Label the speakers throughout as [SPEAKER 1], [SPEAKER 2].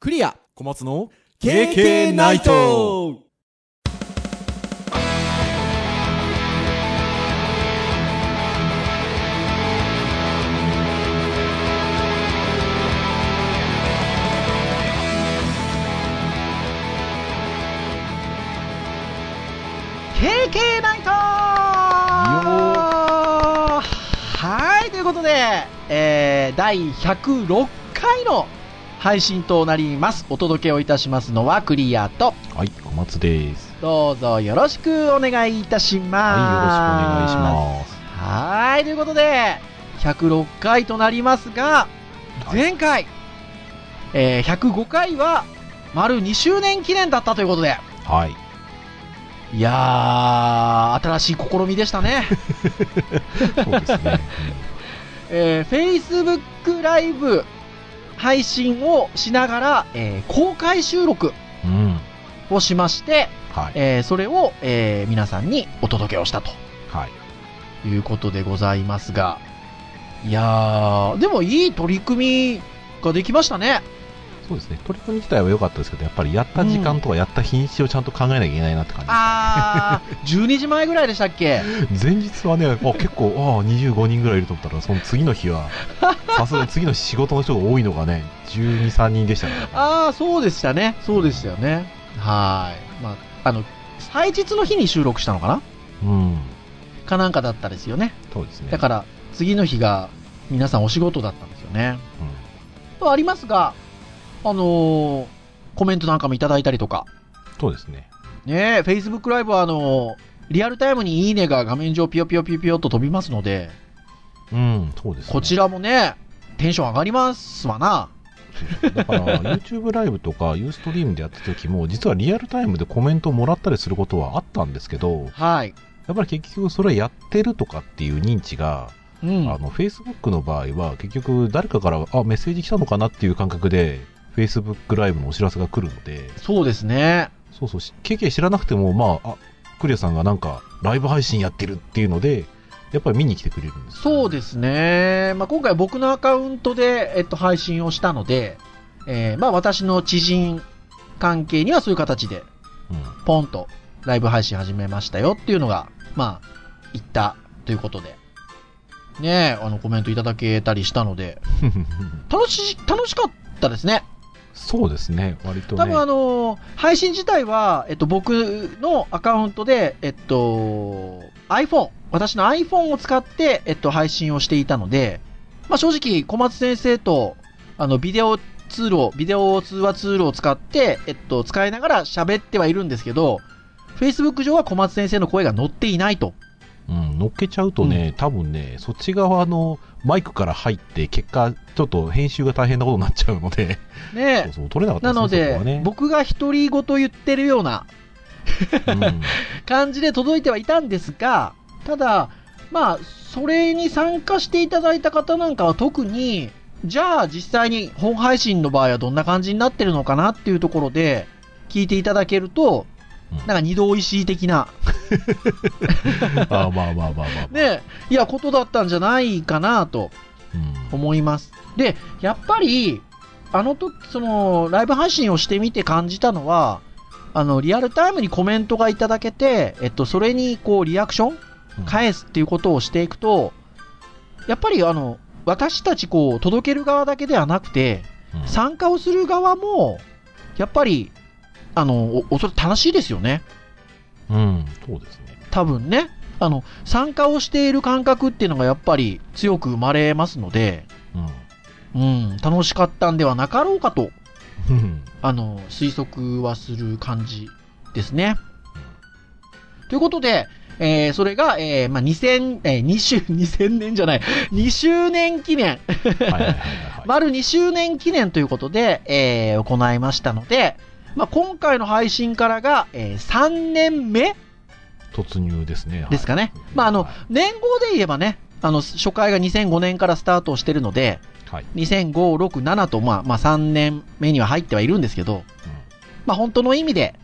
[SPEAKER 1] クリア
[SPEAKER 2] 小松の
[SPEAKER 1] KK ナイト
[SPEAKER 3] ナイトはいということで、えー第106回の配信となりますお届けをいたしますのはクリアと
[SPEAKER 2] はい、小松です。
[SPEAKER 3] どうぞよろしくお願いいたし
[SPEAKER 2] はい、よろしくお
[SPEAKER 3] ま
[SPEAKER 2] 願いします
[SPEAKER 3] す。はいということで106回となりますが
[SPEAKER 2] はい
[SPEAKER 3] 前回、えー105回は丸2周年記念だったということで
[SPEAKER 2] はい。
[SPEAKER 3] いやー新しい試みでしたね
[SPEAKER 2] そうですね。
[SPEAKER 3] えー、Facebook ライブ配信をしながら、えー公開収録
[SPEAKER 2] うんうん。
[SPEAKER 3] をしまして、
[SPEAKER 2] はい。
[SPEAKER 3] えーそれを、えー皆さんにお届けをしたと
[SPEAKER 2] はい。
[SPEAKER 3] いうことでございますが、いやー、でもいい取り組みができましたね。
[SPEAKER 2] そうですね。取り組み自体は良かったですけど、やっぱりやった時間とかやった日にちをちゃんと考えなきゃいけないなって感
[SPEAKER 3] あ ー、12時前ぐらいでしたっけ
[SPEAKER 2] じ。前日はね、あ結構、ああ、25人ぐらいいると思ったら、その次の日は、さすがに次の日仕事の人が多いのがね、12、3人でしたね。
[SPEAKER 3] あー、そうでしたね。そうでしたよね。はーい。まあ、あの、祭日の日に収録したのかな
[SPEAKER 2] うん。
[SPEAKER 3] かなんかだったですよね。
[SPEAKER 2] そうですね。
[SPEAKER 3] だから、次の日が皆さんお仕事だったんですよね。
[SPEAKER 2] うん、
[SPEAKER 3] ありますが、あのーコメントなんかもいただいたりとか、
[SPEAKER 2] そうですね。
[SPEAKER 3] ねえ、Facebook ライブはあのーリアルタイムにいいねが画面上ピヨピヨピヨピヨっと飛びますので、
[SPEAKER 2] うん、そうですね。
[SPEAKER 3] こちらもね、テンション上がりますわな。
[SPEAKER 2] だから YouTube ライブとか Ustream でやってた時も実はリアルタイムでコメントをもらったりすることはあったんですけど
[SPEAKER 3] はい。
[SPEAKER 2] やっぱり結局それやってるとかっていう認知が、
[SPEAKER 3] うん。
[SPEAKER 2] あの Facebook の場合は結局誰かからあメッセージ来たのかなっていう感覚で Facebook ライブのお知らせが来るので
[SPEAKER 3] そうですね。
[SPEAKER 2] そうそうし KK 知らなくてもまああクリアさんがなんかライブ配信やってるっていうのでやっぱり見に来てくれるんです
[SPEAKER 3] そう
[SPEAKER 2] す
[SPEAKER 3] ですね。まあ、今回僕のアカウントで、えっと、配信をしたので、えーまあ、私の知人関係にはそういう形で
[SPEAKER 2] うん
[SPEAKER 3] ポンとライブ配信始めましたよっていうのが、まあ、言ったということで。ねえ、あの、コメントいただけたりしたので、楽し、楽しかったですね。
[SPEAKER 2] そうですね割とね
[SPEAKER 3] 多分あのー配信自体は、えっと、僕のアカウントで、えっと、iPhone、私の iPhone を使って、えっと、配信をしていたので、まあ、正直、小松先生と、あの、ビデオツールを、ビデオ通話ツールを使って、えっと、使いながら喋ってはいるんですけど、Facebook 上は小松先生の声が乗っていないと。
[SPEAKER 2] うん、乗っけちゃうとね、多分ね、そっち側のマイクから入って、結果、ちょっと編集が大変なことになっちゃうので、
[SPEAKER 3] ね
[SPEAKER 2] そ
[SPEAKER 3] え
[SPEAKER 2] うそう、取れなか
[SPEAKER 3] な
[SPEAKER 2] った
[SPEAKER 3] の
[SPEAKER 2] ですね、
[SPEAKER 3] で、僕が独り言言ってるような
[SPEAKER 2] そこはね。
[SPEAKER 3] 感じで届いてはいたんですが、ただ、まあ、それに参加していただいた方なんかは特に、じゃあ実際に本配信の場合はどんな感じになってるのかなっていうところで聞いていただけると
[SPEAKER 2] うん、
[SPEAKER 3] なんか二度おいしい的な、
[SPEAKER 2] うんあまあまあまあまあまあ。
[SPEAKER 3] ね、いや、ことだったんじゃないかなと
[SPEAKER 2] うん
[SPEAKER 3] 思います。で、やっぱり、あの時、その、ライブ配信をしてみて感じたのは、あの、リアルタイムにコメントがいただけて、えっと、それに、こう、リアクション
[SPEAKER 2] うん
[SPEAKER 3] 返すっていうことをしていくと、やっぱりあの、私たちこう、届ける側だけではなくて、
[SPEAKER 2] うん
[SPEAKER 3] 参加をする側も、やっぱり、あの、おおそれ楽しいですよね。
[SPEAKER 2] うん、そうですね。
[SPEAKER 3] 多分ね。あの、参加をしている感覚っていうのがやっぱり強く生まれますので、うん、楽しかったんではなかろうかと、
[SPEAKER 2] うん
[SPEAKER 3] あの、推測はする感じですね。ということで、えーそれが、えーまあ、2000、えー、2周、2000年 じゃない、2周年記念、
[SPEAKER 2] はいはいはいは い
[SPEAKER 3] 丸2周年記念ということで、えー行いましたので、まあ、今回の配信からが、えー3年目
[SPEAKER 2] 突入ですね。はい
[SPEAKER 3] ですかね。まあ、あの
[SPEAKER 2] は、
[SPEAKER 3] 年号で言えばね、あの、初回が2005年からスタートをしてるので、
[SPEAKER 2] はい。
[SPEAKER 3] 2005、6、7と、まあ、まあ、3年目には入ってはいるんですけど、まあ、本当の意味で、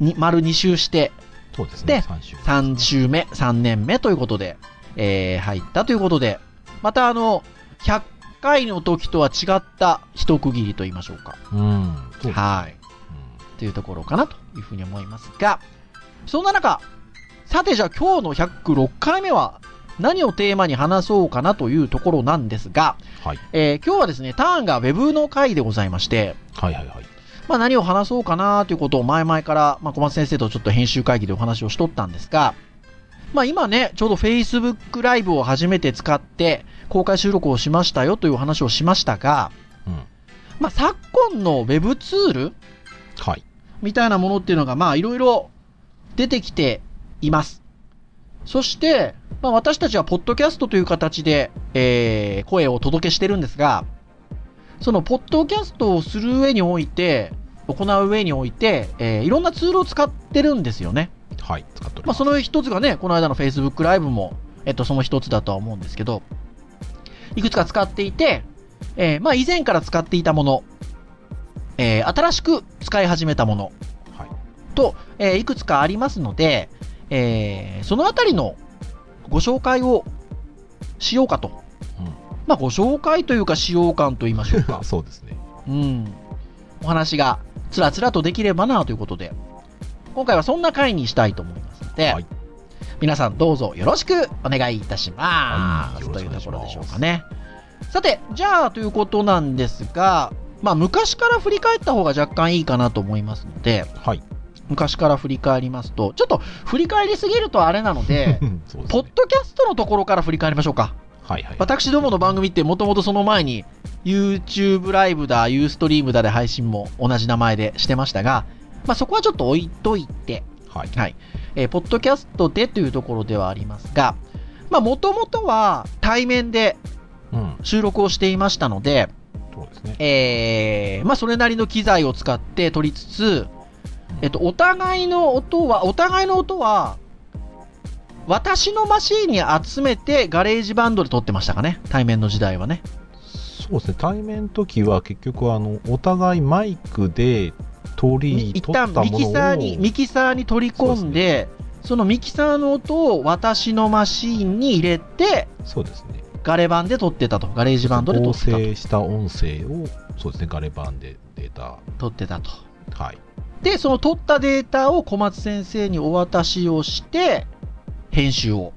[SPEAKER 3] に丸2周して、
[SPEAKER 2] うんそうです
[SPEAKER 3] で
[SPEAKER 2] ね、3週。
[SPEAKER 3] 3週目、3年目ということで、えー入ったということで、またあの、100回の時とは違った一区切りと言いましょうか。
[SPEAKER 2] うん。そうだ
[SPEAKER 3] はい。
[SPEAKER 2] う
[SPEAKER 3] というところかなというふうに思いますが、そんな中、さてじゃあ今日の106回目は何をテーマに話そうかなというところなんですが、
[SPEAKER 2] んはい。
[SPEAKER 3] えー今日はですね、ターンが Web の回でございまして、
[SPEAKER 2] はいはいはい。
[SPEAKER 3] まあ、何を話そうかなということを前々から、まあ、小松先生とちょっと編集会議でお話をしとったんですが、まあ、今ね、ちょうど Facebook ライブを初めて使って公開収録をしましたよというお話をしましたが、
[SPEAKER 2] うん。
[SPEAKER 3] まあ、昨今の Web ツール
[SPEAKER 2] はい。
[SPEAKER 3] みたいなものっていうのが、まあ、いろいろ出てきています。そして、まあ、私たちは、ポッドキャストという形で、えー、声をお届けしてるんですが、その、ポッドキャストをする上において、行う上において、えーいろんなツールを使ってるんですよね。
[SPEAKER 2] はい。使っており
[SPEAKER 3] まあ、
[SPEAKER 2] ます。
[SPEAKER 3] その一つがね、この間の Facebook ライブも、えっと、その一つだとは思うんですけど、いくつか使っていて、えーまあ、以前から使っていたもの、えー新しく使い始めたもの、
[SPEAKER 2] はい
[SPEAKER 3] と、えーいくつかありますので、えーそのあたりのご紹介をしようかと。
[SPEAKER 2] うん
[SPEAKER 3] まあ、ご紹介というか、使用感と言いましょうか。
[SPEAKER 2] そうですね。
[SPEAKER 3] うん、お話がつらつらとできればなということで、今回はそんな回にしたいと思いますので、
[SPEAKER 2] はい
[SPEAKER 3] 皆さんどうぞよろしくお願いいたしま
[SPEAKER 2] はい
[SPEAKER 3] す。
[SPEAKER 2] よろ
[SPEAKER 3] とい
[SPEAKER 2] しく
[SPEAKER 3] う
[SPEAKER 2] お願
[SPEAKER 3] と
[SPEAKER 2] いし
[SPEAKER 3] こ
[SPEAKER 2] ます
[SPEAKER 3] ろでしょうかね。さて、じゃあということなんですが、まあ、昔から振り返った方が若干いいかなと思いますので、
[SPEAKER 2] はい。
[SPEAKER 3] 昔から振り返りますと、ちょっと振り返りすぎるとあれなので
[SPEAKER 2] う、ん そうです
[SPEAKER 3] ポッ
[SPEAKER 2] ね。
[SPEAKER 3] ドキャストのところから振り返りましょうか。
[SPEAKER 2] はいはい。
[SPEAKER 3] 私どもの番組ってもともとその前に YouTube ライブだ、Ustream だで配信も同じ名前でしてましたが、まあ、そこはちょっと置いといて、
[SPEAKER 2] はい。
[SPEAKER 3] はい。えーポッドキャストでというところではありますが、まあ、もともとは対面で
[SPEAKER 2] うん。
[SPEAKER 3] 収録をしていましたので、
[SPEAKER 2] そうですね。
[SPEAKER 3] えーまあ、それなりの機材を使って撮りつつ、えっと、お互いの音は、お互いの音は、私のマシンに集めてガレージバンドで撮ってましたかね。対面の時代はね。
[SPEAKER 2] そうですね。対面の時は結局、あの、お互いマイクで取り、
[SPEAKER 3] 一
[SPEAKER 2] 取った
[SPEAKER 3] 旦
[SPEAKER 2] ものを
[SPEAKER 3] ミキサーに、ミキサーに取り込んで、そのミキサーの音を私のマシーンに入れて、
[SPEAKER 2] そうですね。
[SPEAKER 3] ガレ版で撮ってたと。ガレージバンドで撮
[SPEAKER 2] 合
[SPEAKER 3] ってたと
[SPEAKER 2] 成した音声を、そうですね、ガレ版でデータ。
[SPEAKER 3] 撮ってたと。
[SPEAKER 2] はい。
[SPEAKER 3] で、その撮ったデータを小松先生にお渡しをして、編集を。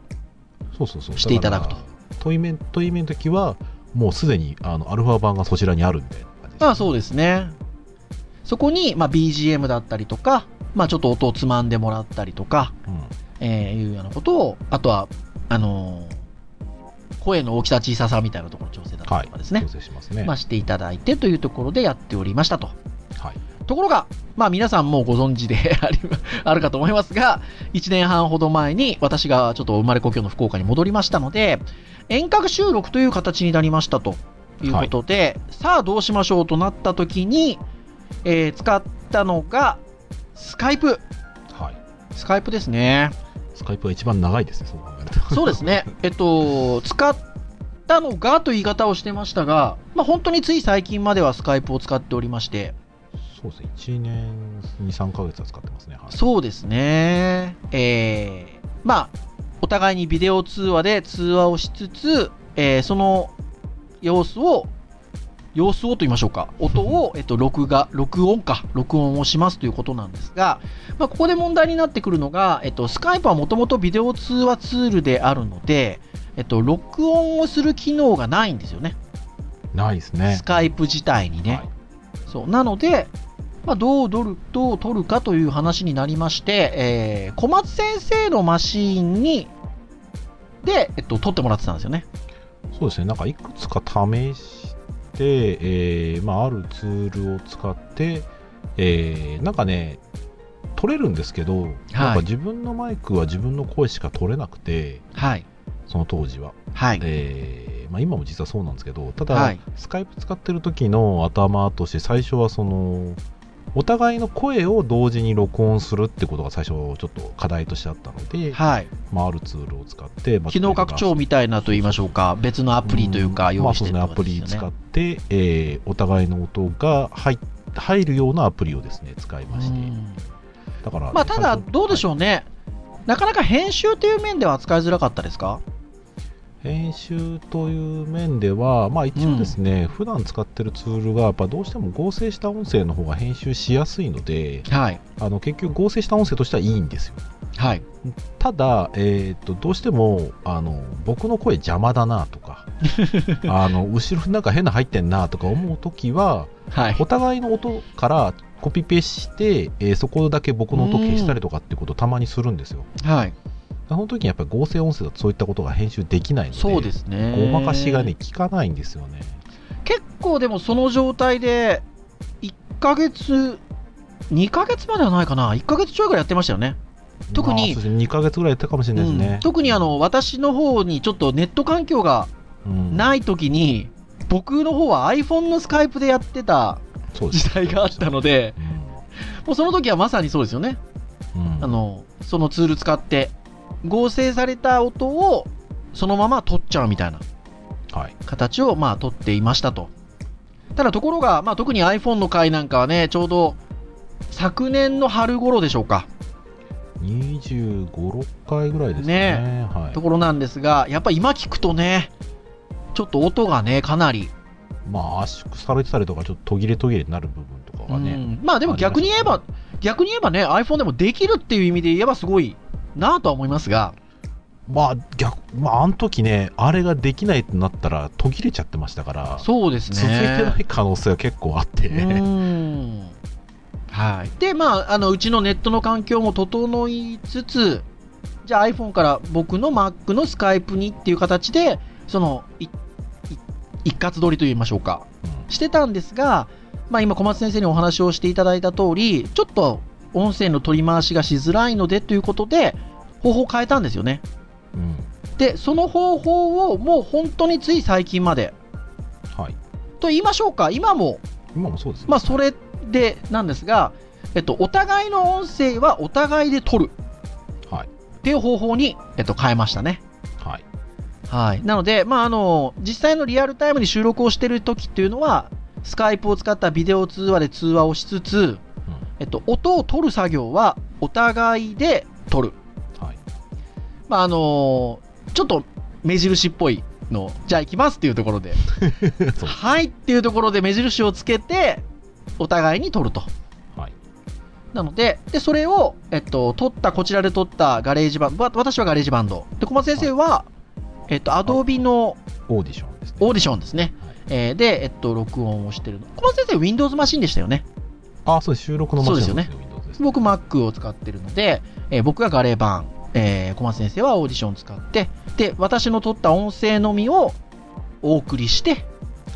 [SPEAKER 2] そうそうそう。
[SPEAKER 3] していただくと
[SPEAKER 2] から。対面、対面の時は、もうすでに、あの、アルファ版がそちらにあるみたいな感じですね
[SPEAKER 3] まあそうですね。そこに、まあ BGM だったりとか、まあちょっと音をつまんでもらったりとか、
[SPEAKER 2] うん。
[SPEAKER 3] えーいうようなことを、あとは、あのー声の大きさ小ささみたいなところの調整だったりとかですね。
[SPEAKER 2] 調整しますね。
[SPEAKER 3] まあ、していただいてというところでやっておりましたと。
[SPEAKER 2] はい。
[SPEAKER 3] ところが、まあ皆さんもうご存知で ありあるかと思いますが、1年半ほど前に私がちょっと生まれ故郷の福岡に戻りましたので、遠隔収録という形になりましたということで、さあどうしましょうとなった時に、えー使ったのが、スカイプ。
[SPEAKER 2] はい。
[SPEAKER 3] スカイプで すね。
[SPEAKER 2] スカイプが一番長いですね、そう考えると。
[SPEAKER 3] そうですね。えっと、使ったのがという言い方をしてましたが、まあ本当につい最近まではスカイプを使っておりまして、
[SPEAKER 2] そうですね、1年2、3ヶ月は使ってますね。はい、
[SPEAKER 3] そうですね。えー、まあ、お互いにビデオ通話で通話をしつつ、えーその様子を、様子をと言いましょうか。音を、えっと、録画、録音か、録音をしますということなんですが、まあ、ここで問題になってくるのが、えっと、スカイプはもともとビデオ通話ツールであるので、えっと、録音をする機能がないんですよね。
[SPEAKER 2] ないですね。
[SPEAKER 3] スカイプ自体にね。そう。なので、まあ、どう取る、どう取るかという話になりまして、えー小松先生のマシーンに、で、えっと、取ってもらってたんですよね。
[SPEAKER 2] はいそうですね、なんかいくつか試して、えーまあ、あるツールを使って、えーなんかね、撮れるんですけど、なんか自分のマイクは自分の声しか撮れなくて、
[SPEAKER 3] はい。
[SPEAKER 2] その当時は。
[SPEAKER 3] はい。
[SPEAKER 2] えーまあ、今も実はそうなんですけど、ただ、
[SPEAKER 3] はい。
[SPEAKER 2] スカイプ使ってる時の頭として最初はそのお互いの声を同時に録音するってことが最初ちょっと課題としてあったので、
[SPEAKER 3] はい。
[SPEAKER 2] まあ、あるツールを使って、まあ
[SPEAKER 3] 機能拡張みたいなと言いましょうか、別のアプリというか、
[SPEAKER 2] ん
[SPEAKER 3] 用
[SPEAKER 2] まあ
[SPEAKER 3] 意し
[SPEAKER 2] そう
[SPEAKER 3] て
[SPEAKER 2] で
[SPEAKER 3] る
[SPEAKER 2] すねアプリ使って、えーお互いの音が入っ入るようなアプリをですね使いまして、だから、
[SPEAKER 3] まあ、ただ、どうでし
[SPEAKER 2] ょう、
[SPEAKER 3] ょうね。なかなか編集という面では扱いづらかったですか
[SPEAKER 2] 編集という面では、まあ、一応ですね、普段使ってるツールがやっぱどうしても合成した音声の方が編集しやすいので
[SPEAKER 3] はい。
[SPEAKER 2] あの結局合成した音声としてはいいんですよ
[SPEAKER 3] はい。
[SPEAKER 2] ただ、えー、とどうしてもあの僕の声邪魔だなと かあの後ろになんか変な入ってんなとか思う時は
[SPEAKER 3] はい
[SPEAKER 2] お。互いの音からコピペして、えーそこだけ僕の音消したりとかってことをたまにするんですよ
[SPEAKER 3] はい。
[SPEAKER 2] その時にやっぱり合成音声だとそういったことが編集できないので
[SPEAKER 3] そうですね。
[SPEAKER 2] ごまかしがね。効かないんですよね
[SPEAKER 3] 結構でもその状態で、1ヶ月、2ヶ月まではないかな。1ヶ月ちょいぐらいやってましたよね。特に
[SPEAKER 2] まあそうですね2ヶ月ぐらいやったかもしれないですね、
[SPEAKER 3] うん特にあの、私の方にちょっとネット環境が
[SPEAKER 2] うん
[SPEAKER 3] ない時に、僕の方は iPhone のスカイプでやってた
[SPEAKER 2] そうです
[SPEAKER 3] 時代があったので、もうその時はまさにそうですよね。
[SPEAKER 2] うんうん
[SPEAKER 3] あの、そのツール使って、合成された音をそのまま取っちゃうみたいな
[SPEAKER 2] はい
[SPEAKER 3] 形を、まあ、取っていましたと。ただところが、まあ、特に iPhone の回なんかはね、ちょうど昨年の春頃でしょうか、
[SPEAKER 2] 25、6回ぐらいですかね。は
[SPEAKER 3] ところなんですが、やっぱ今聞くとね、ちょっと音がね、かなり。
[SPEAKER 2] い。まあ圧縮されてたりとか、ちょっと途切れ途切れになる部分とかは
[SPEAKER 3] う
[SPEAKER 2] ね。
[SPEAKER 3] んまあでも逆に言えば、逆に言えばね、iPhone でもできるっていう意味で言えばすごいなとは思いますが、
[SPEAKER 2] まあ逆、まああの時ね、あれができないってなったら途切れちゃってましたから、
[SPEAKER 3] そうですね。
[SPEAKER 2] 続いてない可能性は結構あって。
[SPEAKER 3] うーんはい、で、まあ、あのうちのネットの環境も整いつつ、じゃあ iPhone から僕の Mac の Skype にっていう形で、そのいい一括取りといいましょうか、してたんですが、まあ、今、小松先生にお話をしていただいた通り、ちょっと音声の取り回しがしづらいのでということで、方法を変えたんですよね。
[SPEAKER 2] うんうん
[SPEAKER 3] で、その方法をもう本当につい最近まで、
[SPEAKER 2] はい。
[SPEAKER 3] と言いましょうか、今も
[SPEAKER 2] 今もそうですね。
[SPEAKER 3] まあ、それでなんですが、えっと、お互いの音声はお互いで取る
[SPEAKER 2] はい。
[SPEAKER 3] っていう方法に、えっと、変えましたね。
[SPEAKER 2] はい。
[SPEAKER 3] はい。なので、まあ、あの、実際のリアルタイムに収録をしてる時っていうのは、スカイプを使ったビデオ通話で通話をしつつ、えっと、音を取る作業はお互いで取る。
[SPEAKER 2] はい。
[SPEAKER 3] まあ、あのちょっと目印っぽいの、じゃあ行きますっていうところで、
[SPEAKER 2] そう
[SPEAKER 3] はいっていうところで目印をつけて、お互いに取ると。
[SPEAKER 2] はい。
[SPEAKER 3] なので、で、それを、えっと、撮った、こちらで撮ったガレージバンド、わ私はガレージバンド。で、小松先生は、えっと、アドビの
[SPEAKER 2] オーディションですね。
[SPEAKER 3] オーディションですね。
[SPEAKER 2] はい
[SPEAKER 3] えーで、えっと、録音をしてるの。小松先生、Windows マシンでしたよね。
[SPEAKER 2] あ、そうです。収録のマシンなん
[SPEAKER 3] そう
[SPEAKER 2] Windows ですね。
[SPEAKER 3] 僕、Mac を使ってるので、えー僕がガレーバン、えー小松先生はオーディションを使って、で、私の撮った音声のみをお送りして、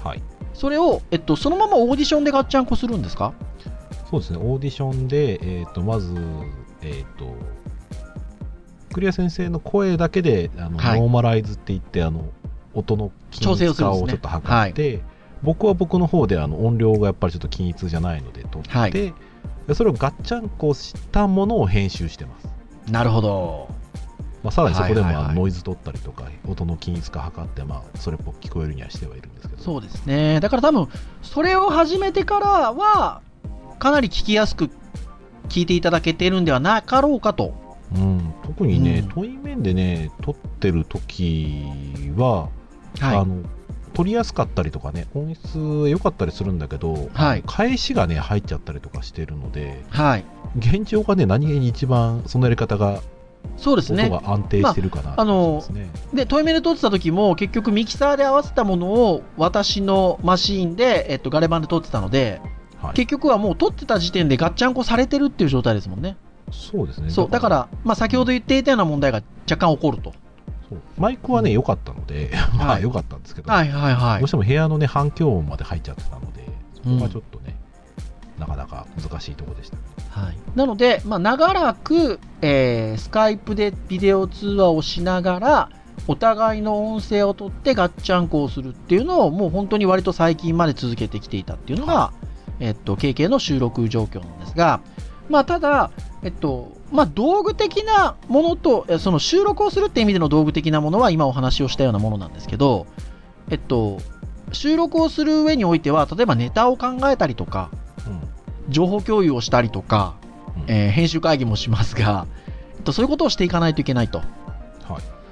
[SPEAKER 2] はい。
[SPEAKER 3] それを、えっと、そのままオーディションでガッチャンコするんですか
[SPEAKER 2] そうですね、オーディションで、えー、とまず、えーと、クリア先生の声だけであの、
[SPEAKER 3] はい
[SPEAKER 2] ノーマライズって言って、あの音の均一化を
[SPEAKER 3] 調整をするんですね
[SPEAKER 2] ちょっと測って、僕は僕の方であの音量がやっぱりちょっと均一じゃないので、取って、
[SPEAKER 3] はい
[SPEAKER 2] でそれをガッチャンコしたものを編集してます。
[SPEAKER 3] なるほど。
[SPEAKER 2] まあ、さらにそこでも、
[SPEAKER 3] はいはいはい
[SPEAKER 2] あのノイズ取ったりとか、音の均一化測って、まあ、それっぽく聞こえるにはしてはいるんですけど、
[SPEAKER 3] そうですね。だから多分、それを始めてからは、かなり聞きやすく聞いていただけてるんではなかろうかと。
[SPEAKER 2] うん、特にね、
[SPEAKER 3] うん
[SPEAKER 2] 遠い面でね、撮ってる時は、あ
[SPEAKER 3] は
[SPEAKER 2] の撮りやすかったりとかね音質良かったりするんだけど
[SPEAKER 3] い。はい。
[SPEAKER 2] 返しがね入っちゃったりとかしてるので
[SPEAKER 3] はい。
[SPEAKER 2] 現状がね何気に一番そのやり方が
[SPEAKER 3] そうです
[SPEAKER 2] 音
[SPEAKER 3] ね。
[SPEAKER 2] が安定してるかなって
[SPEAKER 3] あの
[SPEAKER 2] 感じですね、
[SPEAKER 3] で、トイメで撮ってた時も、結局ミキサーで合わせたものを私のマシーンで、えっと、ガレ版で撮ってたので、
[SPEAKER 2] はい
[SPEAKER 3] 結局はもう撮ってた時点でガッチャンコされてるっていう状態ですもんね。
[SPEAKER 2] そうですね
[SPEAKER 3] そう。だから、まあ先ほど言っていたような問題が若干起こると。
[SPEAKER 2] そうマイクはね良かったので まあ良かったんですけど、
[SPEAKER 3] はいはいは
[SPEAKER 2] ど
[SPEAKER 3] いう
[SPEAKER 2] し。ても部屋のね反響音まで入っちゃってたのでそこがちょっとね、なかなか難しいところでした
[SPEAKER 3] はい、なので、まあ、長らく、えースカイプでビデオ通話をしながらお互いの音声を取ってガッチャンコをするっていうのをもう本当に割と最近まで続けてきていたっていうのが、えっと、KK の収録状況なんですが、まあ、ただ、えっとまあ、道具的なものとえその収録をするって意味での道具的なものは今お話をしたようなものなんですけど、えっと、収録をする上においては例えばネタを考えたりとか情報共有をしたりとか
[SPEAKER 2] うんうん
[SPEAKER 3] えー編集会議もしますが、えっとそういうことをしていかないといけないと。
[SPEAKER 2] はい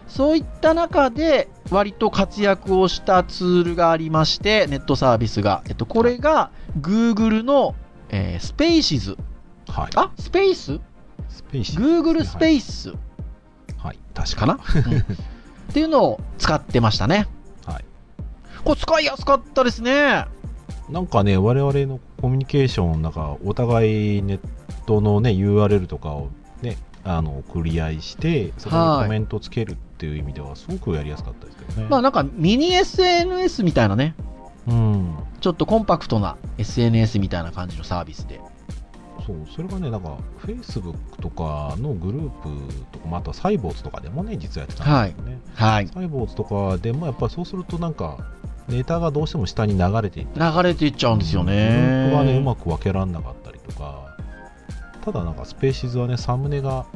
[SPEAKER 3] そういった中で、割と活躍をしたツールがありまして、ネットサービスが。えっと、これが、Google の、えー、スペーシズ。
[SPEAKER 2] はい。
[SPEAKER 3] あ、スペース
[SPEAKER 2] スペーシ
[SPEAKER 3] ?Google スペース
[SPEAKER 2] はい、はい確か
[SPEAKER 3] かな、うんっていうのを使ってましたね。
[SPEAKER 2] はい。
[SPEAKER 3] これ使いやすかったですね。
[SPEAKER 2] なんかね、我々のコミュニケーションの中、お互いネットのね、URL とかをね、あの、送り合いして、そこ
[SPEAKER 3] は
[SPEAKER 2] に
[SPEAKER 3] い
[SPEAKER 2] コメントつけるっていう意味では、すごくやりやすかったですけどね。
[SPEAKER 3] まあなんかミニ SNS みたいなね、
[SPEAKER 2] うん。
[SPEAKER 3] ちょっとコンパクトな SNS みたいな感じのサービスで。
[SPEAKER 2] そう、それがね、なんか、Facebook とかのグループとか、まあ、あとはサイボーズとかでもね、実はやってたんですよね。
[SPEAKER 3] はい。
[SPEAKER 2] サイボーズとかでも、やっぱりそうすると、なんか、ネタがどうしても下に流れていって
[SPEAKER 3] 流れていっちゃうんですよ
[SPEAKER 2] グルー
[SPEAKER 3] ね。
[SPEAKER 2] プはね、うまく分けられなかったりとか、ただなんかスペーシズはね、サムネが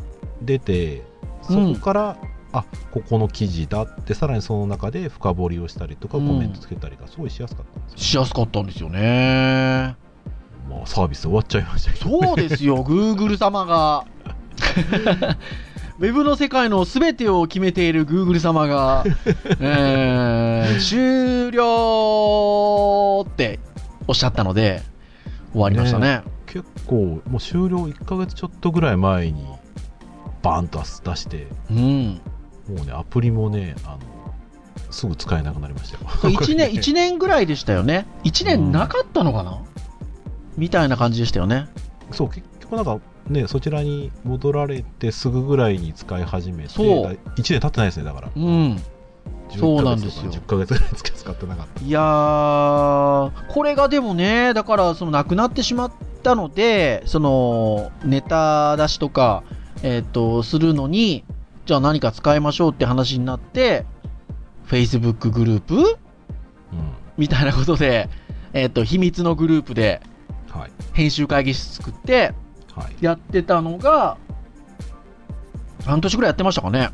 [SPEAKER 2] 出て、そこから、あここの記事だって、さらにその中で深掘りをしたりとか、
[SPEAKER 3] う
[SPEAKER 2] コ
[SPEAKER 3] ん
[SPEAKER 2] メントつけたりが、すごいしやすかったんです
[SPEAKER 3] しやすかったんですよね。
[SPEAKER 2] よ。まあ、サービス終わっちゃいましたけど、
[SPEAKER 3] そうです よ、Google 様が。 ウェブの世界の全てを決めている Google 様 が、えー終了っておっしゃったので、終わりましたね。
[SPEAKER 2] 結構、もう終了1ヶ月ちょっとぐらい前に、バーンと出して、
[SPEAKER 3] うん。
[SPEAKER 2] もうね、アプリもね、あのすぐ使えなくなりましたよ。
[SPEAKER 3] 1年、 一年ぐらいでしたよね。1年なかったのかな、みたいな感じでしたよね。
[SPEAKER 2] そう結局なんかねそちらに戻られてすぐぐらいに使い始めて
[SPEAKER 3] そう
[SPEAKER 2] だ1年経ってないですねだから
[SPEAKER 3] うん。そうなんですよ
[SPEAKER 2] 10ヶ月とか10ヶ月ぐらいしか使ってなかっ
[SPEAKER 3] いやー、これがでもね、だから、その、なくなってしまったので、その、ネタ出しとか、えっ、と、するのに、じゃあ何か使いましょうって話になって、Facebook グループ
[SPEAKER 2] た、う
[SPEAKER 3] みたいなことで、えっ、と、秘密のグループで、
[SPEAKER 2] ん、はい
[SPEAKER 3] 編集会議室作って、
[SPEAKER 2] はい
[SPEAKER 3] やってたのが、半年ぐらいやってましたかね。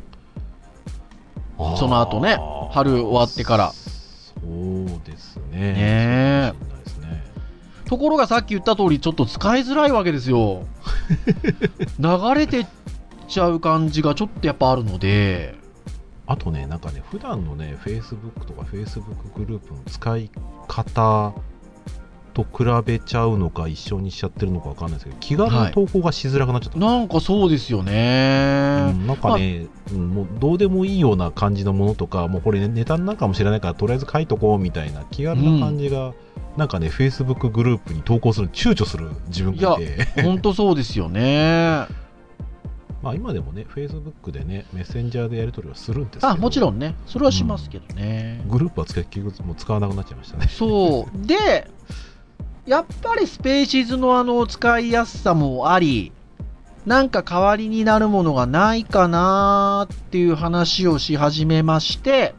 [SPEAKER 3] その後ね
[SPEAKER 2] あー
[SPEAKER 3] 春終わってから
[SPEAKER 2] そうですね
[SPEAKER 3] ねえ
[SPEAKER 2] そうかもしれないですね
[SPEAKER 3] ところがさっき言った通りちょっと使いづらいわけです よ流れてっちゃう感じがちょっとやっぱあるので
[SPEAKER 2] あとねなんかね普段のね Facebook とか Facebook グループの使い方と比べちゃうのか一緒にしちゃってるのかわかんないですけど気軽に投稿がしづらくなっちゃった、
[SPEAKER 3] なんかそうですよ
[SPEAKER 2] う
[SPEAKER 3] ね、
[SPEAKER 2] んなんかね、うんもうどうでもいいような感じのものとか、もうこれ、ね、ネタになんかもしれないから、とりあえず書いとこうみたいな気軽な感じが、なんかね、Facebook グループに投稿するの躊躇する自分がいて、
[SPEAKER 3] ほんとそうですよ ね
[SPEAKER 2] まあ今でもね、Facebook でね、メッセンジャーでやり取りはするんですけど、
[SPEAKER 3] あもちろ
[SPEAKER 2] ん
[SPEAKER 3] んねそれはしますけどね、
[SPEAKER 2] グループは使い結局もう使わなくなっちゃいましたね。
[SPEAKER 3] そうでやっぱりスペーシズのあの使いやすさもありなんか代わりになるものがないかなーっていう話をし始めまして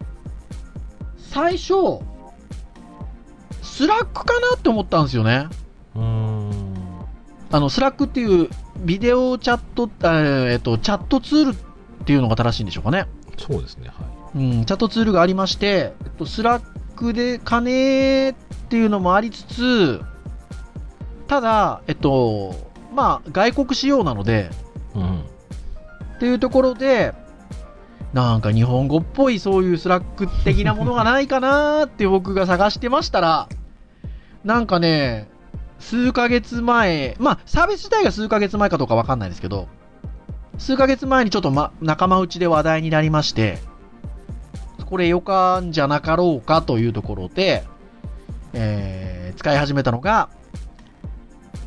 [SPEAKER 3] 最初スラックかなって思ったんですよね
[SPEAKER 2] うーん
[SPEAKER 3] あのスラックっていうビデオチャットあえっとチャットツールっていうのが正しいんでしょうかね
[SPEAKER 2] そうですね、は
[SPEAKER 3] うん、チャットツールがありまして、えっと、スラックで金っていうのもありつつ、ただ、えっと、まあ、外国仕様なので、
[SPEAKER 2] い。うん
[SPEAKER 3] っていうところで、なんか日本語っぽいそういうスラック的なものがないかなーって僕が探してましたら、なんかね、数ヶ月前、まあサービス自体が数ヶ月前かどうかわかんないですけど、数ヶ月前にちょっと、ま、仲間内で話題になりまして、これ良かんじゃなかろうかというところで、えー、使い始めたのが、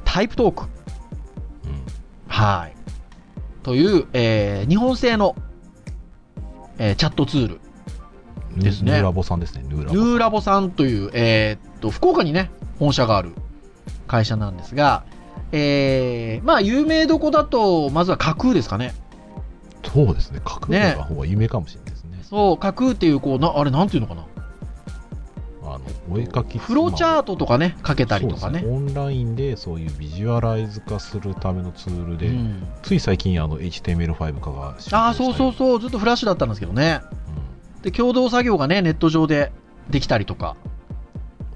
[SPEAKER 3] タイプトーク。
[SPEAKER 2] うん
[SPEAKER 3] はい。という、えー日本製の、えーチャットツール、
[SPEAKER 2] ヌ
[SPEAKER 3] ですね
[SPEAKER 2] ヌーラボさんですね、ヌーラボ
[SPEAKER 3] ヌーラボさんという、えーっと、福岡にね、本社がある会社なんですが、えーまあ、有名どこだと、まずは架空ですかね。
[SPEAKER 2] そうですね、架空
[SPEAKER 3] ね
[SPEAKER 2] の方が有名かもしれないですね。
[SPEAKER 3] そう、架空っていう、こう、な、あれ、なんていうのかな。
[SPEAKER 2] あのお絵描き
[SPEAKER 3] フローチ
[SPEAKER 2] まあ
[SPEAKER 3] ャートとかね、かけたりとかね。
[SPEAKER 2] そうですオンラインでそういうビジュアライズ化するためのツールで、
[SPEAKER 3] うん
[SPEAKER 2] つい最近あの HTML5 化が終了
[SPEAKER 3] ああ、そうそう
[SPEAKER 2] し
[SPEAKER 3] そう、ずっとフラッシュだったんですけどね。
[SPEAKER 2] たり
[SPEAKER 3] で、共同作業がね、ネット上でできたりとか。
[SPEAKER 2] うん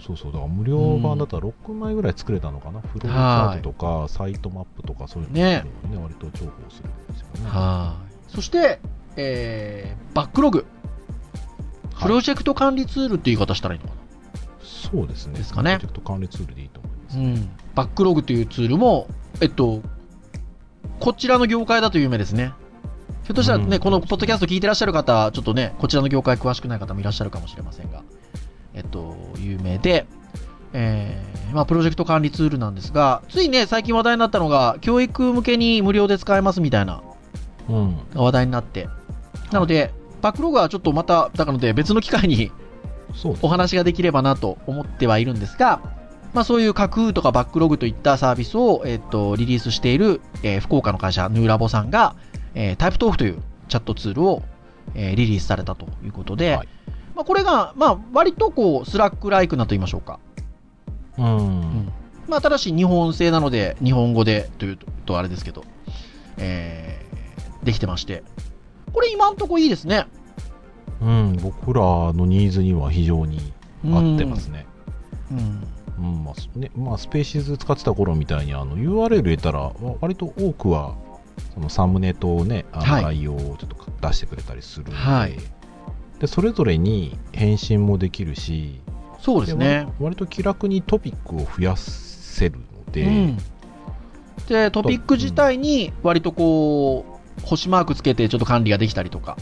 [SPEAKER 2] そうそうだから無料版だったら6枚ぐらい作れたのかな、フローチャートとかサイトマップとかそういうの
[SPEAKER 3] ね
[SPEAKER 2] ね割と重宝するんですよね
[SPEAKER 3] はい。そして、えーバックログ、プロジェクト管理ツールっていう言い方したらいいのか
[SPEAKER 2] そうですね。
[SPEAKER 3] ですかね
[SPEAKER 2] プロジェクト管理ツールでいいと思います。
[SPEAKER 3] な、うん、バックログというツールも、えっと、こちらの業界だと有名ですね。ひょっとしたらね、
[SPEAKER 2] うん
[SPEAKER 3] このポッドキャスト聞いてらっしゃる方、ちょっとね、こちらの業界詳しくない方もいらっしゃるかもしれませんが、えっと、有名で、えーまあ、プロジェクト管理ツールなんですが、ついね、最近話題になったのが、教育向けに無料で使えますみたいな
[SPEAKER 2] うん。
[SPEAKER 3] が話題になって、なので、バックログはちょっとまた、だからので別の機会に
[SPEAKER 2] そうです
[SPEAKER 3] お話ができればなと思ってはいるんですが、まあそういう架空とかバックログといったサービスを、えっと、リリースしている、えー福岡の会社、ヌーラボさんが、えータイプトークというチャットツールを、えーリリースされたということで、
[SPEAKER 2] はい
[SPEAKER 3] まあこれが、まあ割とこう、スラックライクなと言いましょうか。
[SPEAKER 2] うん。
[SPEAKER 3] まあ、ただし日本製なので、日本語でというと、あれですけど、えーできてまして。これ今んとこいいですね。
[SPEAKER 2] うん。僕らのニーズには非常に合ってますね。
[SPEAKER 3] うん。うん。
[SPEAKER 2] うん。まあ、そねまあ、スペーシーズ使ってた頃みたいに、あの、URL 入れたら、わ割と多くは、そのサムネとね、あの
[SPEAKER 3] はい
[SPEAKER 2] 概要をちょっと出してくれたりするので、
[SPEAKER 3] はい
[SPEAKER 2] で、それぞれに返信もできるし、
[SPEAKER 3] そうですね
[SPEAKER 2] で。割割と気楽にトピックを増やせるので、
[SPEAKER 3] うん、で、トピック自体に割とこう、星マークつけてちょっと管理ができたりとか、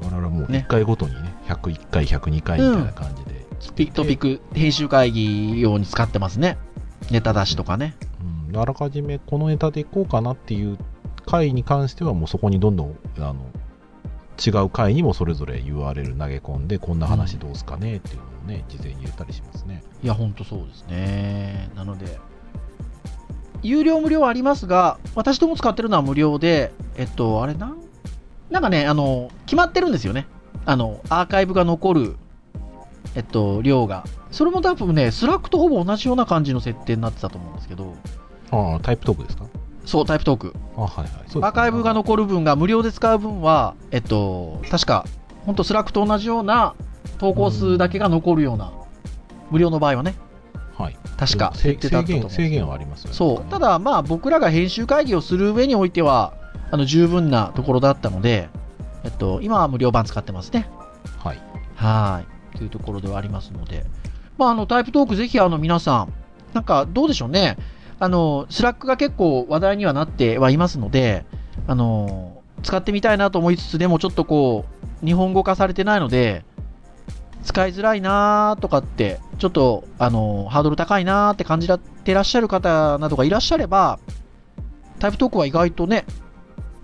[SPEAKER 2] うん、我々はもう
[SPEAKER 3] ね
[SPEAKER 2] 1回ごとにね101回102回みたいな感じで、
[SPEAKER 3] トピトピック編集会議用に使ってますね。ネタ出しとかね。
[SPEAKER 2] うんあらかじめこのネタでいこうかなっていう回に関してはもうそこにどんどんあの違う回にもそれぞれ URL 投げ込んでこんな話どうすかねっていうのをね事前に言ったりしますね、
[SPEAKER 3] いや、ほんとそうですね。なので、有料無料はありますが、私ども使ってるのは無料で、えっと、あれなん、なんかね、あの、決まってるんですよね。あの、アーカイブが残る、えっと、量が。それも多分ね、スラックとほぼ同じような感じの設定になってたと思うんですけど、
[SPEAKER 2] ああタイプトークですか
[SPEAKER 3] そう、タイプトーク。
[SPEAKER 2] あはいはいそうですね
[SPEAKER 3] アーカイブが残る分が無料で使う分は、えっと、確か、本当スラックと同じような投稿数だけが残るような、無料の場合はね、
[SPEAKER 2] はい
[SPEAKER 3] 確か
[SPEAKER 2] 制
[SPEAKER 3] 設定だったと思う
[SPEAKER 2] 限制限はありますよね
[SPEAKER 3] そう。ただ、まあ、僕らが編集会議をする上においては、あの、十分なところだったので、えっと、今は無料版使ってますね。
[SPEAKER 2] はい
[SPEAKER 3] はーい。というところではありますので。まあ、あの、タイプトークぜひ、あの、皆さん、なんか、どうでしょうね。あの、スラックが結構話題にはなってはいますので、あの、使ってみたいなと思いつつ、でもちょっとこう、日本語化されてないので、使いづらいなーとかって、ちょっと、あの、ハードル高いなーって感じてらっしゃる方などがいらっしゃれば、タイプトークは意外とね、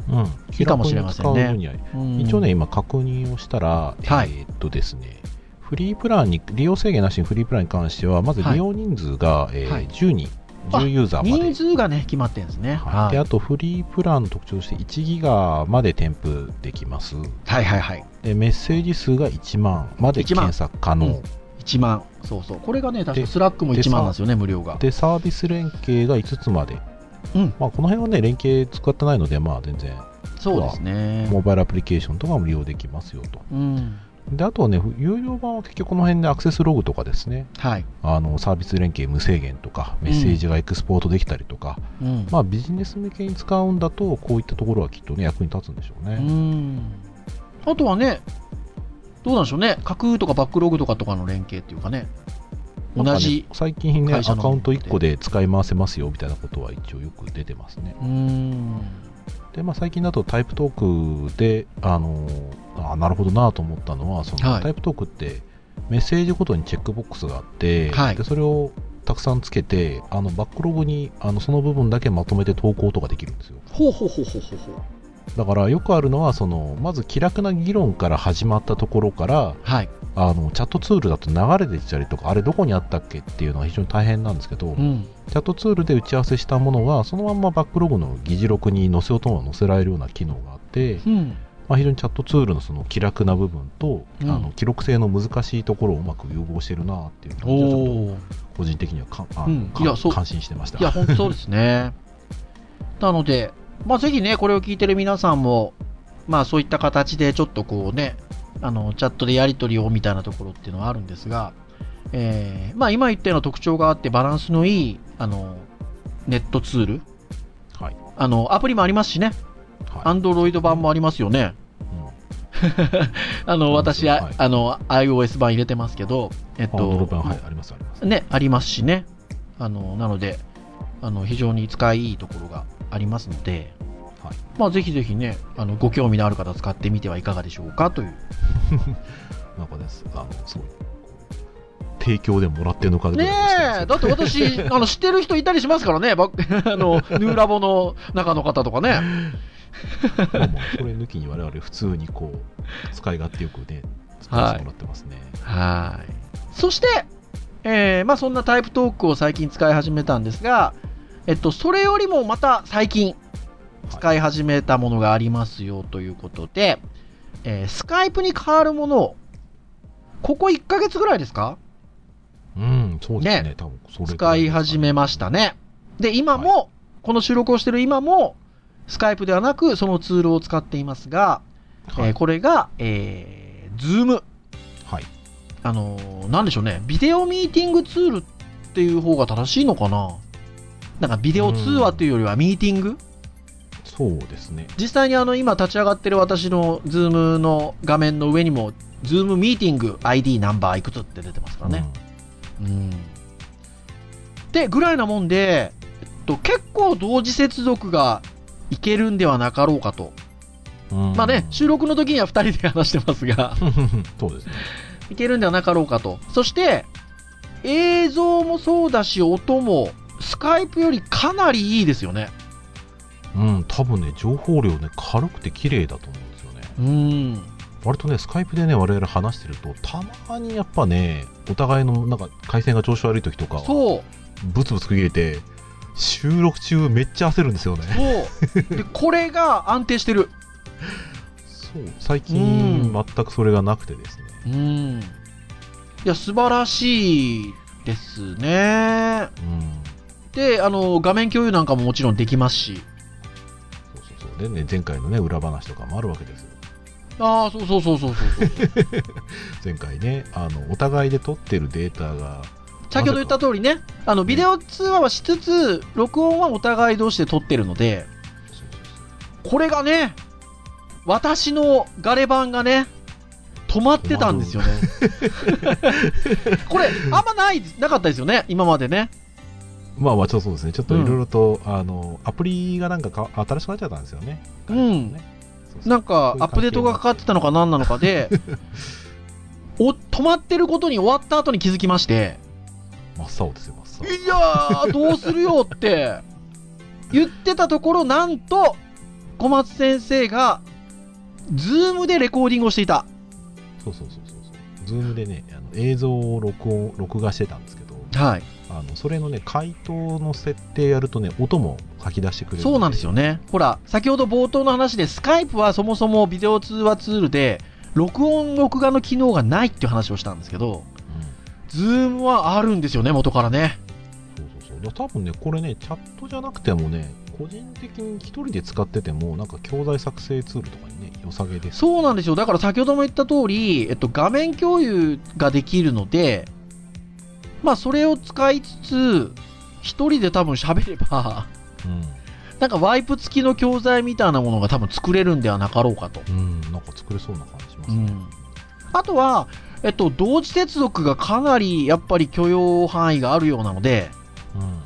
[SPEAKER 2] うん
[SPEAKER 3] いいかもしれませんね
[SPEAKER 2] 気楽に使う分には
[SPEAKER 3] うん
[SPEAKER 2] 一応ね、、今確認をしたら、
[SPEAKER 3] はい
[SPEAKER 2] えーっとですね、フリープランに、利用制限なしにフリープランに関しては、まず
[SPEAKER 3] はい
[SPEAKER 2] 利用人数が、えー
[SPEAKER 3] はい
[SPEAKER 2] 10人、
[SPEAKER 3] あ
[SPEAKER 2] 10ユーザーまで。
[SPEAKER 3] 人数がね、決まってるんですね。
[SPEAKER 2] はいで
[SPEAKER 3] は
[SPEAKER 2] あとフリープランの特徴として1ギガまで添付できます
[SPEAKER 3] いはいはい。
[SPEAKER 2] でメッセージ数が1万まで
[SPEAKER 3] 1万
[SPEAKER 2] 検索可能、
[SPEAKER 3] 1万。そうそう。これがね、確か
[SPEAKER 2] で
[SPEAKER 3] スラックも1万なんですよね、無料が。
[SPEAKER 2] でサービス連携が5つまで、
[SPEAKER 3] うん
[SPEAKER 2] まあ、この辺はね連携使ってないので、まあ、全然
[SPEAKER 3] そうですね。
[SPEAKER 2] モバイルアプリケーションとかも利用できますよと
[SPEAKER 3] うん。
[SPEAKER 2] であとはね有料版は結局この辺でアクセスログとかですね
[SPEAKER 3] はい。
[SPEAKER 2] あのサービス連携無制限とかメッセージがエクスポートできたりとか、
[SPEAKER 3] うん。
[SPEAKER 2] まあ、ビジネス向けに使うんだとこういったところはきっと、ね、役に立つんでしょう
[SPEAKER 3] う
[SPEAKER 2] ね。
[SPEAKER 3] ん。あとはね、どうなんでしょうね。架空とかバックログとかとかの連携っていうかね。同
[SPEAKER 2] なんかね
[SPEAKER 3] じ。
[SPEAKER 2] 最近ねアカ
[SPEAKER 3] 会社の
[SPEAKER 2] ウント1個で使い回せますよみたいなことは一応よく出てますね。
[SPEAKER 3] うん。
[SPEAKER 2] で、まあ、最近だとタイプトークで、あのーあなるほどなと思ったのはその、
[SPEAKER 3] はい
[SPEAKER 2] タイプトークってメッセージごとにチェックボックスがあって、
[SPEAKER 3] はい
[SPEAKER 2] でそれをたくさんつけてあのバックログにあのその部分だけまとめて投稿とかできるんですよ。
[SPEAKER 3] ほうほうほうほうほうほう。
[SPEAKER 2] だからよくあるのはそのまず気楽な議論から始まったところから
[SPEAKER 3] はい。
[SPEAKER 2] あのチャットツールだと流れてきたりとかあれどこにあったっけっていうのは非常に大変なんですけど、
[SPEAKER 3] うん。
[SPEAKER 2] チャットツールで打ち合わせしたものはそのまんまバックログの議事録に載せようとも載せられるような機能があって、
[SPEAKER 3] うん。
[SPEAKER 2] まあ、非常にチャットツールのその気楽な部分と、
[SPEAKER 3] うん
[SPEAKER 2] あの記録性の難しいところをうまく融合してるなっていう感じはちょっ
[SPEAKER 3] おお。
[SPEAKER 2] と個人的にはかあの
[SPEAKER 3] うん
[SPEAKER 2] か
[SPEAKER 3] いやそう
[SPEAKER 2] 感心してました。
[SPEAKER 3] いや、本当そうですね。 なので、まあ、ぜひね、これを聞いてる皆さんも、まあ、そういった形で、ちょっとこうね、あの、チャットでやり取りをみたいなところっていうのはあるんですが、えーまあ、今言ったような特徴があって、バランスのいい、あの、ネットツール。
[SPEAKER 2] はい
[SPEAKER 3] あの、アプリもありますしね、
[SPEAKER 2] はい
[SPEAKER 3] アンドロイド版もありますよね。あの、私、あ
[SPEAKER 2] はい
[SPEAKER 3] あの、iOS 版入れてますけど、えっ
[SPEAKER 2] あドロ
[SPEAKER 3] と
[SPEAKER 2] ップ、版はい、あります、あります。
[SPEAKER 3] ね、ありますしね。あの、なので、あの、非常に使いいいところがありますので、
[SPEAKER 2] はい
[SPEAKER 3] まあ、ぜひぜひね、あの、ご興味のある方使ってみてはいかがでしょうかという。
[SPEAKER 2] なんかです、あの、すごい。提供でもらってるのかで
[SPEAKER 3] ねえ、だって私、あの、知ってる人いたりしますからね、ば あの、ヌーラボの中の方とかね。
[SPEAKER 2] まあまあこれ抜きに我々普通にこう使い勝手よくね使わせてもらってますね、
[SPEAKER 3] はい。そして、えーまあ、そんなタイプトークを最近使い始めたんですが、えっと、それよりもまた最近使い始めたものがありますよということで、えースカイプに変わるものを、ここ1ヶ月ぐらいですか
[SPEAKER 2] うんそうですね
[SPEAKER 3] ね
[SPEAKER 2] 多分それ
[SPEAKER 3] 使い始めましたね。で、今も、この収録をしてる今も、スカイプではなく、そのツールを使っていますが、
[SPEAKER 2] はい、
[SPEAKER 3] えーこれが、えー、ズーム。
[SPEAKER 2] はい
[SPEAKER 3] あのーなんでしょうね、ビデオミーティングツールっていう方が正しいのかななんかビデオ通話というよりはミーティング、
[SPEAKER 2] そうですね
[SPEAKER 3] 実際にあの今立ち上がってる私のズームの画面の上にも、ズームミーティング ID ナンバーいくつって出てますからね。うん。で、ぐらいなもんで、えっと、結構同時接続がいけるんではなかろうかと。
[SPEAKER 2] うん
[SPEAKER 3] まあね、
[SPEAKER 2] うん
[SPEAKER 3] 収録の時には2人で話してますが。
[SPEAKER 2] そうですね
[SPEAKER 3] いけるんではなかろうかと。そして、映像もそうだし、音も、スカイプよりかなりいいですよね。
[SPEAKER 2] うん多分ね情報量ね軽くて綺麗だと思うんですよね
[SPEAKER 3] うん。
[SPEAKER 2] 割とねスカイプでね我々話してるとたまにやっぱねお互いのなんか回線が調子悪い時とか
[SPEAKER 3] そう、
[SPEAKER 2] ブツブツ区切れて収録中めっちゃ焦るんですよね
[SPEAKER 3] そう。で、これが安定してる。
[SPEAKER 2] そう最
[SPEAKER 3] う
[SPEAKER 2] 近
[SPEAKER 3] ん
[SPEAKER 2] 全くそれがなくてですね
[SPEAKER 3] うん。いや、素晴らしいですね。
[SPEAKER 2] うん
[SPEAKER 3] で、あの、画面共有なんかももちろんできますし。
[SPEAKER 2] そうそうそうでね前回のね裏話とかもあるわけですよ
[SPEAKER 3] ああ、そうそうそうそうそうそう。
[SPEAKER 2] 前回ねあのお互いで取ってるデータが
[SPEAKER 3] 先ほど言った通りね、あの、ビデオ通話はしつつ、録音はお互い同士で撮ってるので、
[SPEAKER 2] そうそう
[SPEAKER 3] これがね、私のガレ版がね、止まってたんですよね。これ、あんまない、なかったですよね、今までね。
[SPEAKER 2] そうまあまあちょっとそうですねちょっといろいろと、あのアプリがなんかか新しくなっちゃったんですよね
[SPEAKER 3] うん
[SPEAKER 2] ねそうそう
[SPEAKER 3] なんか、アップデートがかかってたのか何なのかで、お止まってることに終わった後に気づきまして、
[SPEAKER 2] 真っ青ですよ真っ
[SPEAKER 3] いやー、どうするよって言ってたところ、なんと、小松先生が、ズームでレコーディングをしていた。
[SPEAKER 2] 青そうそうそうそうそうズームでねあの映像を録音録画してたんですけど
[SPEAKER 3] はい。
[SPEAKER 2] あのそれのね回答の設定やるとね音も書き出してくれる
[SPEAKER 3] そうなんです
[SPEAKER 2] よ
[SPEAKER 3] よね。ほら、先ほど冒頭の話で、スカイプはそもそもビデオ通話ツールで、録音、録画の機能がないっていう話をしたんですけど、ズームはあるんですよね、元からね。
[SPEAKER 2] そうそうそう。だから多分ね、これね、チャットじゃなくてもね、個人的に一人で使ってても、なんか教材作成ツールとかにね、良さげです。
[SPEAKER 3] そうなんですよ。だから先ほども言った通り、えっと、画面共有ができるので、まあ、それを使いつつ、一人で多分喋れば、
[SPEAKER 2] う
[SPEAKER 3] なんかワイプ付きの教材みたいなものが多分作れるんではなかろうかと。
[SPEAKER 2] ん。うん、なんか作れそうな感じします
[SPEAKER 3] う
[SPEAKER 2] ね。
[SPEAKER 3] んあとは、えっと、同時接続がかなりやっぱり許容範囲があるようなので、
[SPEAKER 2] うん。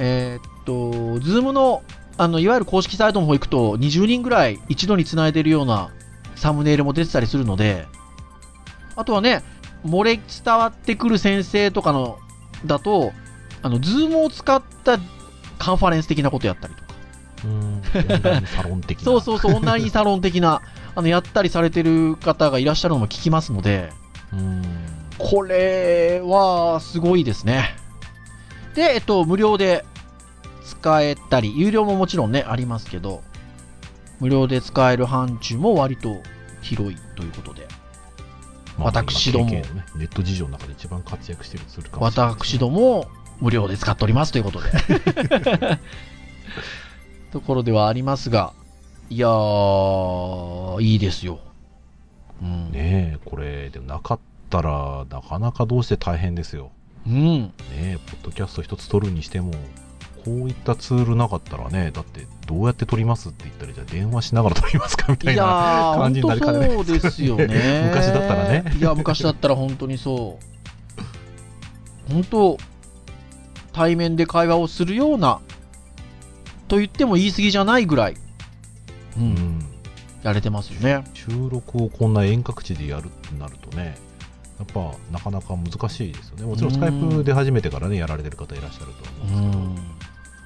[SPEAKER 3] えーっと、ズームの、あの、いわゆる公式サイトの方行くと、20人ぐらい一度に繋いでるようなサムネイルも出てたりするので、あとはね、漏れ伝わってくる先生とかの、だと、あの、ズームを使ったカンファレンス的なことやったりとか、
[SPEAKER 2] うん。オンラインサロン的な。
[SPEAKER 3] そうそう そう、オンラインサロン的な、あの、やったりされてる方がいらっしゃるのも聞きますので、
[SPEAKER 2] う。うん。
[SPEAKER 3] これはすごいですね。で、えっと、無料で使えたり、有料ももちろんね、ありますけど、無料で使える範疇も割と広いということで、私ども
[SPEAKER 2] 今 KK のね、ネット事情の中で一番活躍してるツールかもしれないですね、
[SPEAKER 3] 私ども無料で使っておりますということで。ところではありますが、いやー、いいですよ。う
[SPEAKER 2] ね
[SPEAKER 3] ん。
[SPEAKER 2] え、これ、でもなかったら、なかなかどうして大変ですよ。
[SPEAKER 3] うん。
[SPEAKER 2] ねえ、ポッドキャスト一つ撮るにしても、こういったツールなかったらね、だってどうやって撮りますって言ったら、じゃあ電話しながら撮りますかみ
[SPEAKER 3] い
[SPEAKER 2] たい
[SPEAKER 3] や
[SPEAKER 2] な。
[SPEAKER 3] ー、
[SPEAKER 2] 感
[SPEAKER 3] 本
[SPEAKER 2] じにな
[SPEAKER 3] 当
[SPEAKER 2] りかねない。
[SPEAKER 3] そうですよね
[SPEAKER 2] 昔だったらね。
[SPEAKER 3] いや、昔だったら本当にそう。本当、対面で会話をするような、と言っても言い過ぎじゃないぐらい、う、
[SPEAKER 2] うんん。
[SPEAKER 3] やれてますよね。
[SPEAKER 2] 収録をこんな遠隔地でやるってなるとね、やっぱなかなか難しいですよね。もちろんスカイプで初めてからね、やられてる方いらっしゃると思
[SPEAKER 3] う
[SPEAKER 2] うんです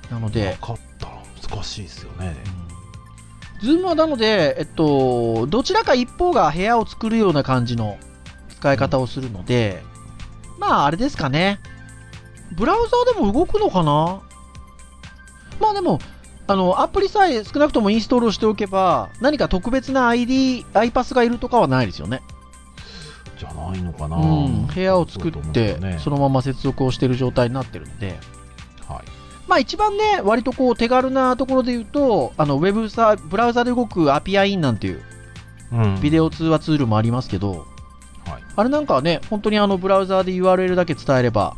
[SPEAKER 2] けど
[SPEAKER 3] ん。なので、
[SPEAKER 2] 分かったら難しいですよね。
[SPEAKER 3] ズームはなので、えっと、どちらか一方が部屋を作るような感じの使い方をするので、まあ、あれですかね。ブラウザーでも動くのかなまあでも、あの、アプリさえ少なくともインストールをしておけば、何か特別な ID、iPass がいるとかはないですよね。
[SPEAKER 2] じゃないのかな、
[SPEAKER 3] うん。部屋を作っ
[SPEAKER 2] そうだと思
[SPEAKER 3] て
[SPEAKER 2] うんだよね、
[SPEAKER 3] そのまま接続をしている状態になってるので、
[SPEAKER 2] はい。
[SPEAKER 3] まあ一番ね、割とこう手軽なところで言うと、あのウェブサブラウザで動く API インなんていう
[SPEAKER 2] うん
[SPEAKER 3] ビデオ通話ツールもありますけど、
[SPEAKER 2] はい。
[SPEAKER 3] あれなんかはね、本当にあのブラウザで URL だけ伝えれば、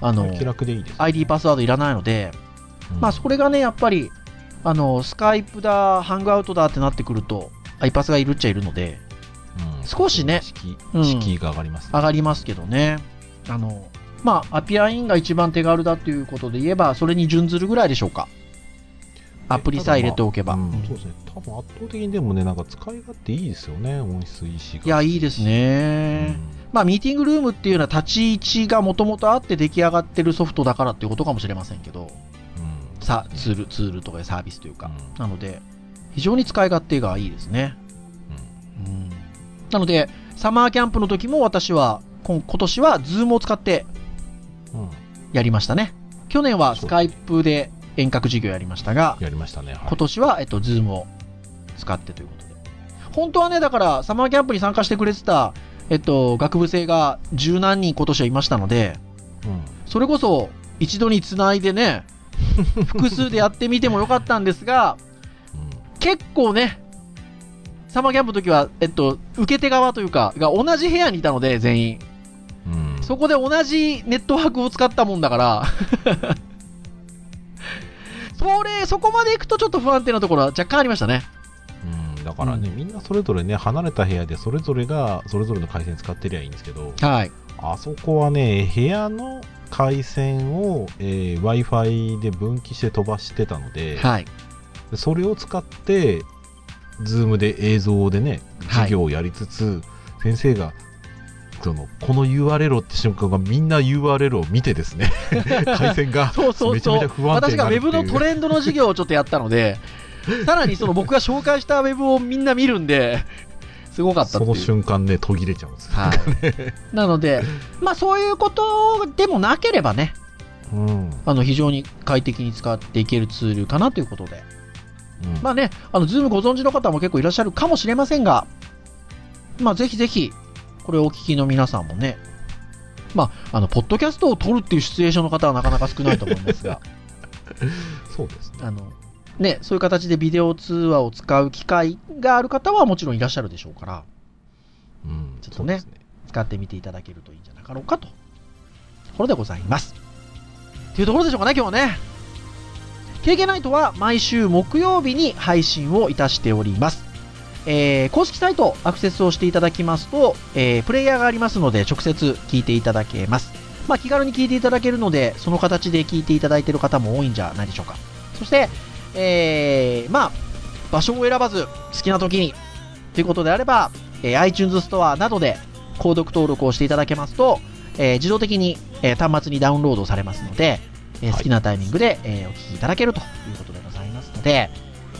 [SPEAKER 3] あの、
[SPEAKER 2] 気楽でいいです、
[SPEAKER 3] ID パスワードいらないので、
[SPEAKER 2] うん
[SPEAKER 3] まあそれがね、やっぱり、あの、スカイプだ、ハングアウトだってなってくると、iPass がいるっちゃいるので、
[SPEAKER 2] うん
[SPEAKER 3] 少しね
[SPEAKER 2] 敷居
[SPEAKER 3] うん
[SPEAKER 2] 敷居が上がります、
[SPEAKER 3] 上がりますけどね。あの、まあ、アピアインが一番手軽だということで言えば、それに準ずるぐらいでしょうか。アプリさえ入れておけば。
[SPEAKER 2] うん
[SPEAKER 3] うん
[SPEAKER 2] そうですね。多分圧倒的にでもね、なんか使い勝手いいですよね。音質いいし。
[SPEAKER 3] いや、いいですね。まあ、ミーティングルームっていうような立ち位置がもともとあって出来上がってるソフトだからっていうことかもしれませんけど、
[SPEAKER 2] うん。うん
[SPEAKER 3] さツール、ツールとかサービスというか、
[SPEAKER 2] うん
[SPEAKER 3] なので、非常に使い勝手がいいですね。うんなので、サマーキャンプの時も私は、今今年は Zoom を使って
[SPEAKER 2] うんうん
[SPEAKER 3] やりましたね。去年はスカイプで遠隔授業やりましたが、
[SPEAKER 2] やりましたね。はい
[SPEAKER 3] 今年は、えっと、Zoom を使ってということで。本当はね、だから、サマーキャンプに参加してくれてた、えっと、学部生が十何人今年はいましたので、
[SPEAKER 2] うん
[SPEAKER 3] それこそ一度につないで ね、複数でやってみてもよかったんですが、結構ね、サマーキャンプの時は、えっと、受け手側というか、が同じ部屋にいたので、全員。
[SPEAKER 2] うん。うん
[SPEAKER 3] そこで同じネットワークを使ったもんだ から、それ、そこまで行くとちょっと不安定なところは若干ありましたね。
[SPEAKER 2] うんだからね、みんなそれぞれね、離れた部屋でそれぞれがそれぞれの回線使ってりゃいいんですけど、
[SPEAKER 3] はい。
[SPEAKER 2] あそこはね、部屋の回線を、えー Wi-Fi で分岐して飛ばしてたので、
[SPEAKER 3] はい。
[SPEAKER 2] それを使って、ズームで映像でね、
[SPEAKER 3] はい
[SPEAKER 2] 授業をやりつつ、先生が、その、この URL をって瞬間がみんな URL を見てです ね、回線が
[SPEAKER 3] そうそう
[SPEAKER 2] めちゃ
[SPEAKER 3] そ
[SPEAKER 2] めちゃ
[SPEAKER 3] う。
[SPEAKER 2] 不安定
[SPEAKER 3] 私
[SPEAKER 2] に
[SPEAKER 3] が
[SPEAKER 2] な
[SPEAKER 3] ウ
[SPEAKER 2] るって
[SPEAKER 3] ェ
[SPEAKER 2] い
[SPEAKER 3] ブ
[SPEAKER 2] う
[SPEAKER 3] のトレンドの授業をちょっとやったの で、さらにその僕が紹介したウェブをみんな見るんで、すごかったっ
[SPEAKER 2] そ
[SPEAKER 3] ていう。
[SPEAKER 2] の瞬間ね、途切れちゃうんですよ。
[SPEAKER 3] はい。なので、まあそういうことでもなければね、
[SPEAKER 2] うん。
[SPEAKER 3] あの非常に快適に使っていけるツールかなということで。まあね、あの、ズームご存知の方も結構いらっしゃるかもしれませんが、まあぜひぜひ、これをお聞きの皆さんもね、まあ、あの、ポッドキャストを撮るっていうシチュエーションの方はなかなか少ないと思いますが、
[SPEAKER 2] そうですね。
[SPEAKER 3] あの、ね、そういう形でビデオ通話を使う機会がある方はもちろんいらっしゃるでしょうから、
[SPEAKER 2] うん、
[SPEAKER 3] ちょっとね
[SPEAKER 2] そうです
[SPEAKER 3] 使ってみていただけるといいんじゃなかろうかと、ところでございます。というところでしょうかね、今日はね。KK ナイトは毎週木曜日に配信をいたしております。えー公式サイトアクセスをしていただきますと、えープレイヤーがありますので直接聞いていただけます。まあ、気軽に聞いていただけるので、その形で聞いていただいている方も多いんじゃないでしょうか。そして、えーまあ、場所を選ばず好きな時にということであれば、えー iTunes ストアなどで購読登録をしていただけますと、えー自動的に、えー端末にダウンロードされますので、えー
[SPEAKER 2] はい
[SPEAKER 3] 好きなタイミングで、えーお聞きいただけるということでございますので、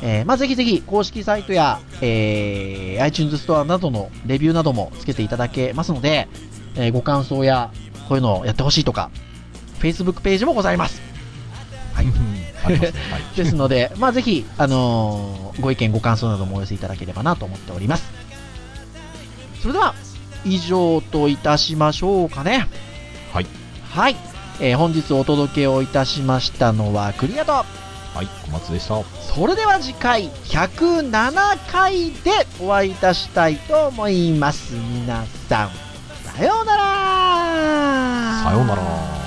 [SPEAKER 3] えーまあ、ぜひぜひ公式サイトや、えー iTunes ストアなどのレビューなどもつけていただけますので、えーご感想やこういうのをやってほしいとか Facebook ページもございます
[SPEAKER 2] ね。ありますね。 はい。
[SPEAKER 3] ですので、まあ、ぜひ、あのーご意見、ご感想などもお寄せいただければなと思っております。それでは、以上といたしましょうかね。
[SPEAKER 2] はい。
[SPEAKER 3] はい。えー本日お届けをいたしましたのはクリアと、
[SPEAKER 2] はい、小松でした。
[SPEAKER 3] それでは次回107回でお会いいたしたいと思います。皆さん、さようなら
[SPEAKER 2] さようなら。